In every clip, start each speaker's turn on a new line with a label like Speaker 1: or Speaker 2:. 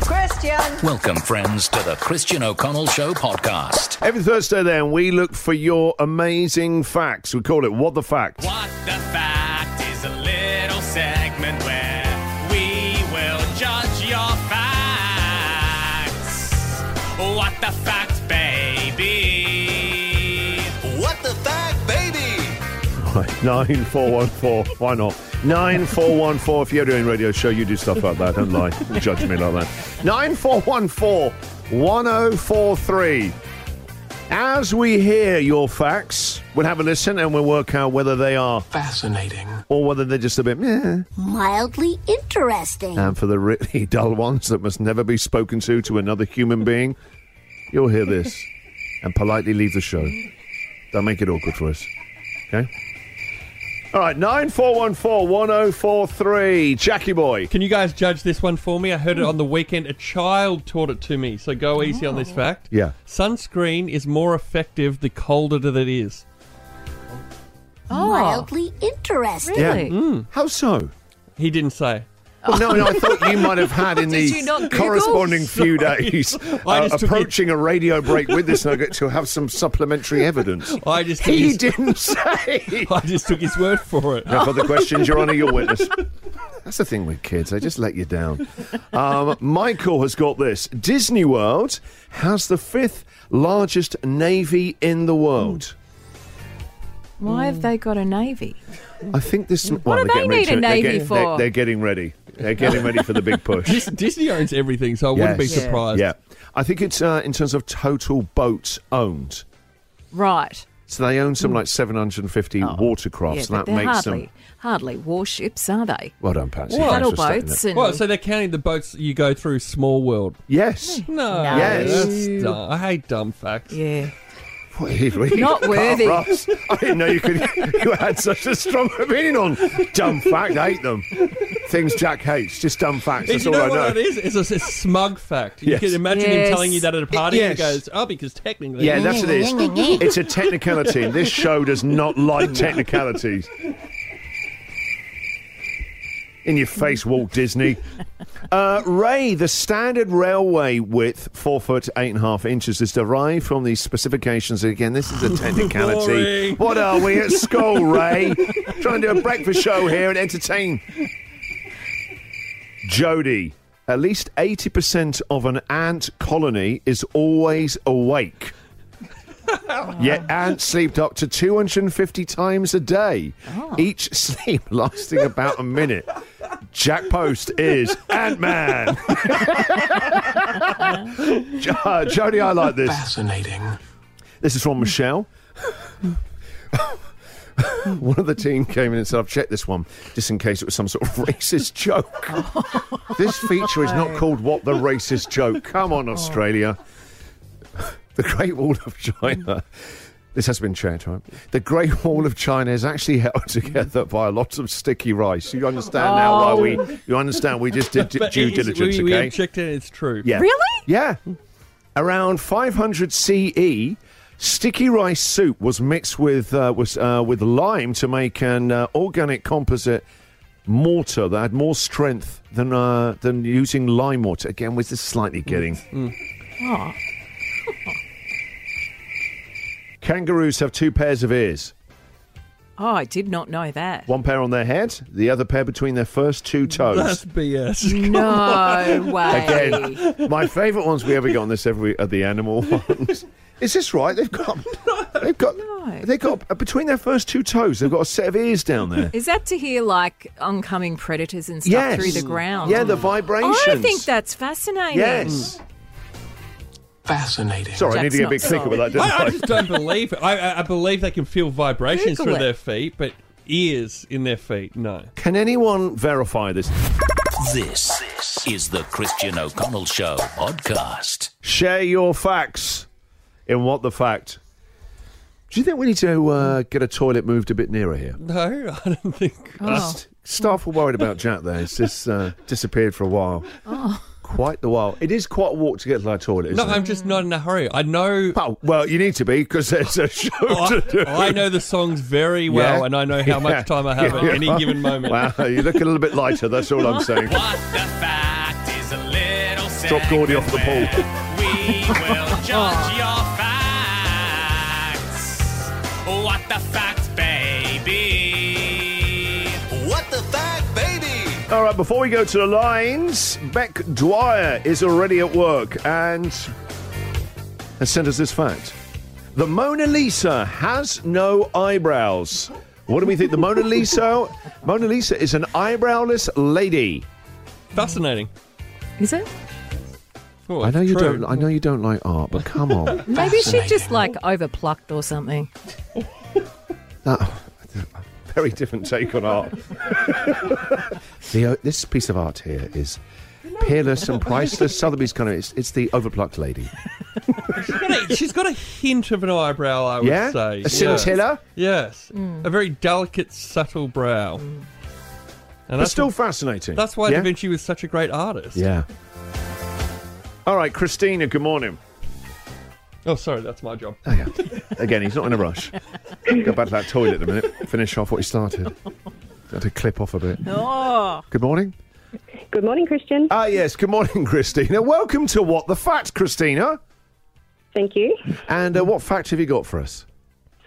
Speaker 1: Christian.
Speaker 2: Welcome, friends, to the Christian O'Connell Show podcast.
Speaker 3: Every Thursday, then, we look for your amazing facts. We call it What the Fact.
Speaker 4: What the fact is a little segment where we will judge your facts. What the fact, baby?
Speaker 5: What the fact, baby?
Speaker 3: Right, 9414. Why not? 9414. If you're doing radio show, you do stuff like that. Don't lie. Don't judge me like that. 9414 1043. As we hear your facts, we'll have a listen and we'll work out whether they are
Speaker 6: Fascinating.
Speaker 3: or whether they're just a bit meh.
Speaker 7: Mildly interesting.
Speaker 3: And for the really dull ones that must never be spoken to to another human being, you'll hear this and politely leave the show. Don't make it awkward for us. Okay? All right, 9414 1043. Jackie Boy.
Speaker 8: Can you guys judge this one for me? I heard it on the weekend. A child taught it to me, so go easy on this fact.
Speaker 3: Yeah.
Speaker 8: Sunscreen is more effective the colder that it is.
Speaker 7: Mildly interesting.
Speaker 3: Really? How so?
Speaker 8: He didn't say.
Speaker 3: Well, no, no, I thought you might have had in
Speaker 1: Did you not
Speaker 3: the
Speaker 1: Google?
Speaker 3: corresponding few days
Speaker 8: I
Speaker 3: uh,
Speaker 8: just took it-
Speaker 3: approaching a radio break with this nugget to have some supplementary evidence.
Speaker 8: I just took
Speaker 3: He
Speaker 8: his,
Speaker 3: didn't say.
Speaker 8: I just took his word for it.
Speaker 3: No further questions, Your Honour, your witness. That's the thing with kids, they just let you down. Um, Michael has got this. Disney World has the fifth largest navy in the world.
Speaker 9: Why have they got a navy?
Speaker 3: I think this. What
Speaker 9: do they need a navy
Speaker 3: they're getting,
Speaker 9: for?
Speaker 3: They're, they're getting ready. They're getting ready for the big push.
Speaker 8: Dis- Disney owns everything, so I wouldn't be
Speaker 3: Yes.
Speaker 9: Yeah.
Speaker 8: surprised.
Speaker 3: Yeah. I think it's uh, in terms of total boats owned.
Speaker 9: Right.
Speaker 3: So they own some like 750 watercrafts,
Speaker 9: Hmm. Oh, yeah,
Speaker 3: and
Speaker 9: but
Speaker 3: Oh, that
Speaker 9: they're
Speaker 3: makes
Speaker 9: hardly,
Speaker 3: them.
Speaker 9: hardly warships, are they?
Speaker 3: Well done, Patsy.
Speaker 8: What?
Speaker 3: Thanks
Speaker 9: Paddle
Speaker 3: for stating
Speaker 9: boats
Speaker 3: that.
Speaker 9: and
Speaker 8: Well, so they're counting the boats you go through Small World.
Speaker 3: Yes.
Speaker 8: No.
Speaker 3: Yes.
Speaker 8: That's dumb. I hate dumb facts.
Speaker 9: yeah.
Speaker 3: Not
Speaker 9: Not worthy.
Speaker 3: I didn't know you could. You had such a strong opinion on dumb fact. I hate them. Things Jack hates, just dumb facts.
Speaker 8: Hey,
Speaker 3: That's
Speaker 8: you
Speaker 3: all
Speaker 8: know
Speaker 3: I
Speaker 8: what
Speaker 3: know.
Speaker 8: that is? It's a, it's a smug fact.
Speaker 3: Yes.
Speaker 8: You can imagine
Speaker 9: Yes.
Speaker 8: him telling you that at a party.
Speaker 3: Yes.
Speaker 8: He goes, "Oh, because technically."
Speaker 3: Yeah, that's what it is. It's a technicality, and this show does not like technicalities. In your face, Walt Disney. Uh, Ray, the standard railway width, four foot eight and a half inches, is derived from the specifications. Again, this is a technicality.
Speaker 8: Boring.
Speaker 3: what are we at school, Ray? Trying to do a breakfast show here and entertain. Jody, at least eighty percent of an ant colony is always awake. Yet ants sleep up to 250 times a day, each sleep lasting about a minute. Jack Post is Ant Man. Jody, I like this.
Speaker 6: Fascinating.
Speaker 3: This is from Michelle. one of the team came in and said, I've checked this one just in case it was some sort of racist joke. this feature is not called What the Racist Joke. Come on, Australia. The Great Wall of China. This has been checked, right? The Great Wall of China is actually held together by a lot of sticky rice. You understand now why we. You understand we just did d-
Speaker 8: Oh. But
Speaker 3: due
Speaker 8: it is-
Speaker 3: diligence,
Speaker 8: We, we
Speaker 3: okay?
Speaker 8: have checked it. It's true.
Speaker 3: Yeah.
Speaker 9: Really?
Speaker 3: Yeah. Around 500 CE, E, sticky rice soup was mixed with uh, was uh, with lime to make an uh, organic composite mortar that had more strength than uh, than using lime mortar. Again, was this slightly getting?
Speaker 9: Oh,
Speaker 3: Kangaroos have two pairs of ears.
Speaker 9: Oh, I did not know that.
Speaker 3: One pair on their head, the other pair between their first two toes.
Speaker 8: That's BS.
Speaker 9: No way.
Speaker 3: Again, my favourite ones we ever get on this every are the animal ones. Is this right? They've got, they've got,
Speaker 9: No.
Speaker 3: they've got uh, between their first two toes, they've got a set of ears down there.
Speaker 9: Is that to hear like oncoming predators and stuff
Speaker 3: Yes.
Speaker 9: through the ground? Oh,
Speaker 3: Yeah, the vibrations.
Speaker 9: I think that's fascinating.
Speaker 3: Yes.
Speaker 6: Fascinating.
Speaker 3: Sorry, I need to get
Speaker 9: Jack's
Speaker 3: a
Speaker 9: not
Speaker 3: bit thicker
Speaker 9: sold.
Speaker 3: with that, didn't
Speaker 8: I,
Speaker 3: I?
Speaker 8: I just don't believe it. I, I- I believe they can feel vibrations
Speaker 9: Google
Speaker 8: through
Speaker 9: it.
Speaker 8: their feet, but ears in their feet, no.
Speaker 3: Can anyone verify this?
Speaker 2: This is the Christian O'Connell Show podcast.
Speaker 3: Share your facts in what the fact. Do you think we need to uh, get a toilet moved a bit nearer here?
Speaker 8: No, I don't think.
Speaker 3: St- Staff were worried about Jack there. He's just uh, disappeared for a while. Quite the while. It is quite a walk to get to our toilet,
Speaker 8: No,
Speaker 3: isn't it?
Speaker 8: I'm just not in a hurry. I know.
Speaker 3: Oh, well, you need to be because there's a show to do.
Speaker 8: Oh, I, I know the songs very well,
Speaker 3: Yeah.
Speaker 8: and I know how
Speaker 3: Yeah.
Speaker 8: much time I have
Speaker 3: Yeah.
Speaker 8: at any given moment.
Speaker 3: Wow, you look a little bit lighter. That's all I'm saying.
Speaker 4: What the fact is a little
Speaker 3: Drop Gordy off the
Speaker 4: segment
Speaker 3: ball.
Speaker 4: where We will judge your facts. What the fact, baby?
Speaker 5: What the fact, baby?
Speaker 3: All right, before we go to the lines, Beck Dwyer is already at work and has sent us this fact. The Mona Lisa has no eyebrows. What do we think? The Mona Lisa? Mona Lisa is an eyebrowless lady.
Speaker 8: Fascinating.
Speaker 9: Is it?
Speaker 8: Oh,
Speaker 3: I know you
Speaker 8: true.
Speaker 3: don't. I know you don't like art, but come on.
Speaker 9: Maybe she just like overplucked or something.
Speaker 3: That- very different take on art. the, uh, this piece of art here is peerless and priceless. Sotheby's kind of. It's, it's the overplucked lady.
Speaker 8: Got a- She's got a hint of an eyebrow, I would
Speaker 3: Yeah,
Speaker 8: say.
Speaker 3: a scintilla.
Speaker 8: Yes.
Speaker 9: Mm.
Speaker 8: A very delicate, subtle brow. And
Speaker 3: But
Speaker 8: that's,
Speaker 3: still fascinating.
Speaker 8: that's why
Speaker 3: yeah?
Speaker 8: Da Vinci was such a great artist.
Speaker 3: Yeah. All right, Christina. Good morning.
Speaker 8: Oh, sorry, that's my job.
Speaker 3: Oh, yeah. Again, he's not in a rush. Go back to that toilet in a minute. Finish off what he started. Had to clip off a bit.
Speaker 9: Oh,
Speaker 3: Good morning.
Speaker 1: Good morning, Christian.
Speaker 3: Ah, yes. Good morning, Christina. Welcome to What the Fact, Christina.
Speaker 1: Thank you.
Speaker 3: And uh, what fact have you got for us?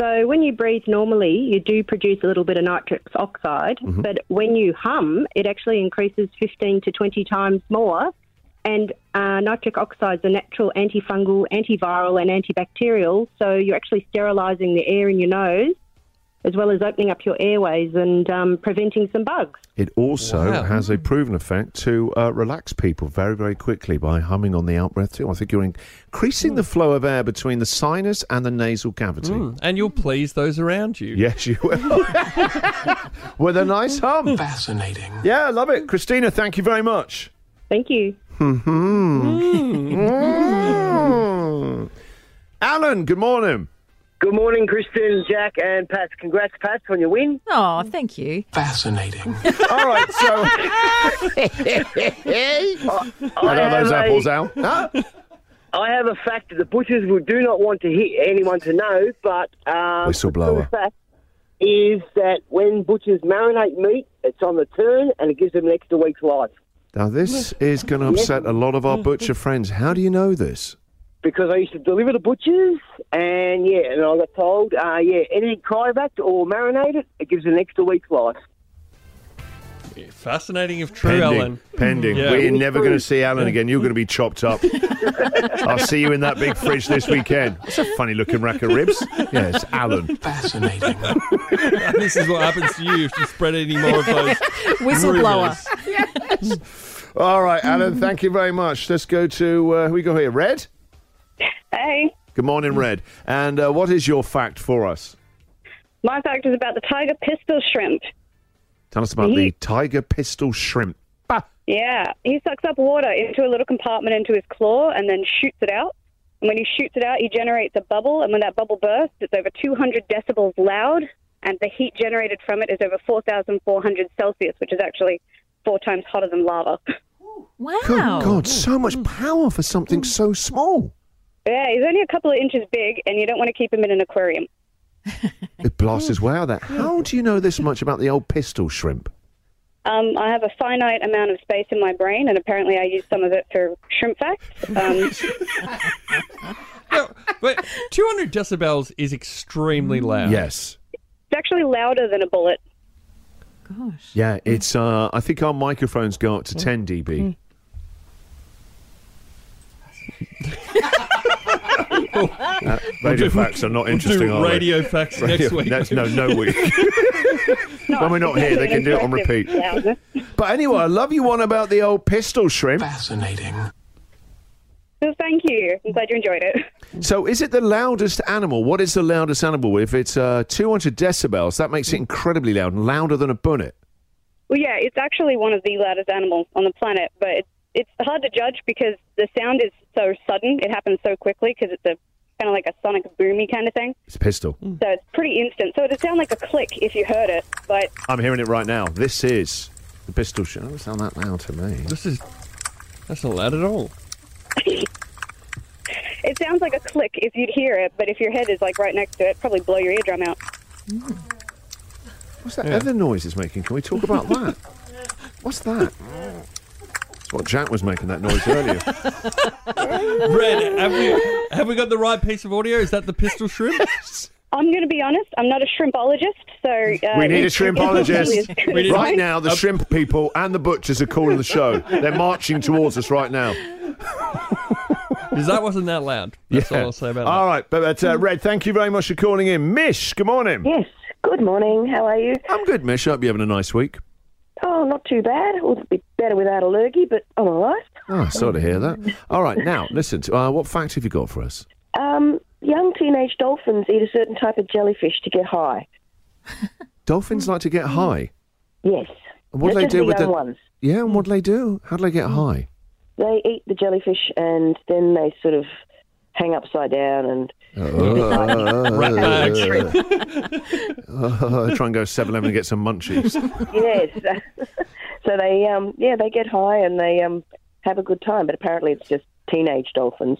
Speaker 1: So, when you breathe normally, you do produce a little bit of nitrous oxide,
Speaker 10: Mm-hmm.
Speaker 1: but when you hum, it actually increases 15 to 20 times more. And uh, nitric oxide is a natural antifungal, antiviral, and antibacterial. So, you're actually sterilising the air in your nose, as well as opening up your airways and um, preventing some bugs.
Speaker 3: It also
Speaker 8: Wow.
Speaker 3: has a proven effect to uh, relax people very, very quickly by humming on the out breath too. I think you're increasing the flow of air between the sinus and the nasal cavity.
Speaker 8: And you'll please those around you.
Speaker 3: Yes, you will. With a nice hum.
Speaker 6: Fascinating.
Speaker 3: Yeah, love it. Christina, thank you very much.
Speaker 1: Thank you.
Speaker 3: Hmm. Alan, good morning.
Speaker 10: Good morning, Christian, Jack, and Pat. Congrats, Pat, on your win.
Speaker 9: oh, thank you.
Speaker 6: Fascinating.
Speaker 3: All right, so. I know those
Speaker 10: a-
Speaker 3: apples, Al. Huh?
Speaker 10: I have a fact that the butchers will do not want to hit anyone to know, but um,
Speaker 3: Whistleblower.
Speaker 10: the fact is that when butchers marinate meat, it's on the turn and it gives them an extra week's life.
Speaker 3: Now, this is going to upset a lot of our butcher friends. How do you know this?
Speaker 10: Because I used to deliver to butchers, and yeah, and I got told, uh, yeah, anything cryovac or marinated, it gives an extra week's life.
Speaker 8: Fascinating if true, Ellen.
Speaker 3: Pending.
Speaker 8: Yeah.
Speaker 3: We're never going to see Alan again. You're going to be chopped up. I'll see you in that big fridge this weekend. It's a funny looking rack of ribs. Yes, Alan.
Speaker 6: Fascinating.
Speaker 8: this is what happens to you if you spread any more of those
Speaker 9: Whistleblower.
Speaker 8: rumours.
Speaker 3: All right, Alan, thank you very much. Let's go to, uh, who we got here? Red?
Speaker 1: Hey,
Speaker 3: Good morning, Red. And uh, what is your fact for us?
Speaker 1: my fact is about the tiger pistol shrimp.
Speaker 3: Tell us about the tiger pistol shrimp. Bah.
Speaker 1: Yeah, he sucks up water into a little compartment into his claw and then shoots it out. And when he shoots it out, he generates a bubble. And when that bubble bursts, it's over 200 decibels loud. And the heat generated from it is over 4,400 Celsius, which is actually four times hotter than lava.
Speaker 9: Wow.
Speaker 3: Good God, so much power for something so small.
Speaker 1: yeah, he's only a couple of inches big, and you don't want to keep him in an aquarium.
Speaker 3: It blasts his way out there. How do you know this much about the old pistol shrimp?
Speaker 1: Um, I have a finite amount of space in my brain, and apparently I use some of it for shrimp facts. Um,
Speaker 8: No, but 200 decibels is extremely loud.
Speaker 3: Yes.
Speaker 1: it's actually louder than a bullet.
Speaker 9: Gosh.
Speaker 3: Yeah, it's. Uh, I think our microphones go up to 10 dB. Uh, radio facts are not interesting.
Speaker 8: Do
Speaker 3: are they?
Speaker 8: radio facts
Speaker 3: Radio-
Speaker 8: next week.
Speaker 3: that's- no, no week. when we're not here, they can do it on repeat.
Speaker 1: Loudness.
Speaker 3: But anyway, I love you one about the old pistol shrimp.
Speaker 6: Fascinating.
Speaker 1: So thank you. I'm glad you enjoyed it.
Speaker 3: So, is it the loudest animal? What is the loudest animal? If it's uh, 200 decibels, that makes it incredibly loud, and louder than a bullet.
Speaker 1: Well, yeah, it's actually one of the loudest animals on the planet, but it's, it's hard to judge because the sound is so sudden. It happens so quickly because it's a kind of like a sonic boomy kind of thing.
Speaker 3: It's a pistol.
Speaker 1: So it's pretty instant. So it'd sound like a click if you heard it, but
Speaker 3: I'm hearing it right now. This is the pistol shrimp. It doesn't sound that loud to me.
Speaker 8: This is. That's not loud at all.
Speaker 1: it sounds like a click if you'd hear it. But if your head is like right next to it, it'd probably blow your eardrum out.
Speaker 3: What's that other noise it's making? Can we talk about that? What's that? Well, Jack was making that noise earlier.
Speaker 8: Red, have we, have we got the right piece of audio? Is that the pistol shrimp?
Speaker 1: I'm going to be honest. I'm not a shrimpoligist, so uh,
Speaker 3: We need a
Speaker 1: it's- it's-
Speaker 3: shrimpoligist.
Speaker 1: it's-
Speaker 8: We need-
Speaker 3: Right now, the shrimp people and the butchers are calling the show. They're marching towards us right now.
Speaker 8: Because that wasn't that loud. That's all I'll say about
Speaker 3: All right, but, but uh, Red, thank you very much for calling in. Mish, good morning.
Speaker 1: Yes. Good morning. How are you?
Speaker 3: I'm good, Mish. Hope you're having a nice week.
Speaker 1: Oh, not too bad. It would be better without a lurgy, but I'm all right.
Speaker 3: Oh, sorry to hear that. All right, now listen. To, uh, what fact have you got for us?
Speaker 1: Um, young teenage dolphins eat a certain type of jellyfish to get high.
Speaker 3: Dolphins like to get high.
Speaker 1: Yes.
Speaker 3: And what do
Speaker 1: Not
Speaker 3: they
Speaker 1: just
Speaker 3: do
Speaker 1: the
Speaker 3: with
Speaker 1: young
Speaker 3: the-
Speaker 1: ones?
Speaker 3: Yeah, and what do they do? How do they get high?
Speaker 1: They eat the jellyfish and then they sort of hang upside down and
Speaker 8: that. Bags.
Speaker 3: Uh, try and go 7-Eleven and get some munchies.
Speaker 1: yes. so they um yeah they get high and they um have a good time, but apparently it's just teenage dolphins.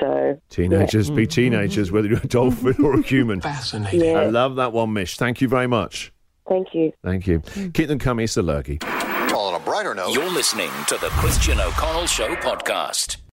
Speaker 1: So
Speaker 3: Teenagers be teenagers, whether you're a dolphin or a human.
Speaker 6: Fascinating.
Speaker 3: I
Speaker 1: yeah,
Speaker 3: love that one, Mish. Thank you very much.
Speaker 1: thank you.
Speaker 3: Thank you. Keep them coming. It's the lurgy.
Speaker 5: On a brighter note,
Speaker 2: You're listening to the Christian O'Connell Show podcast.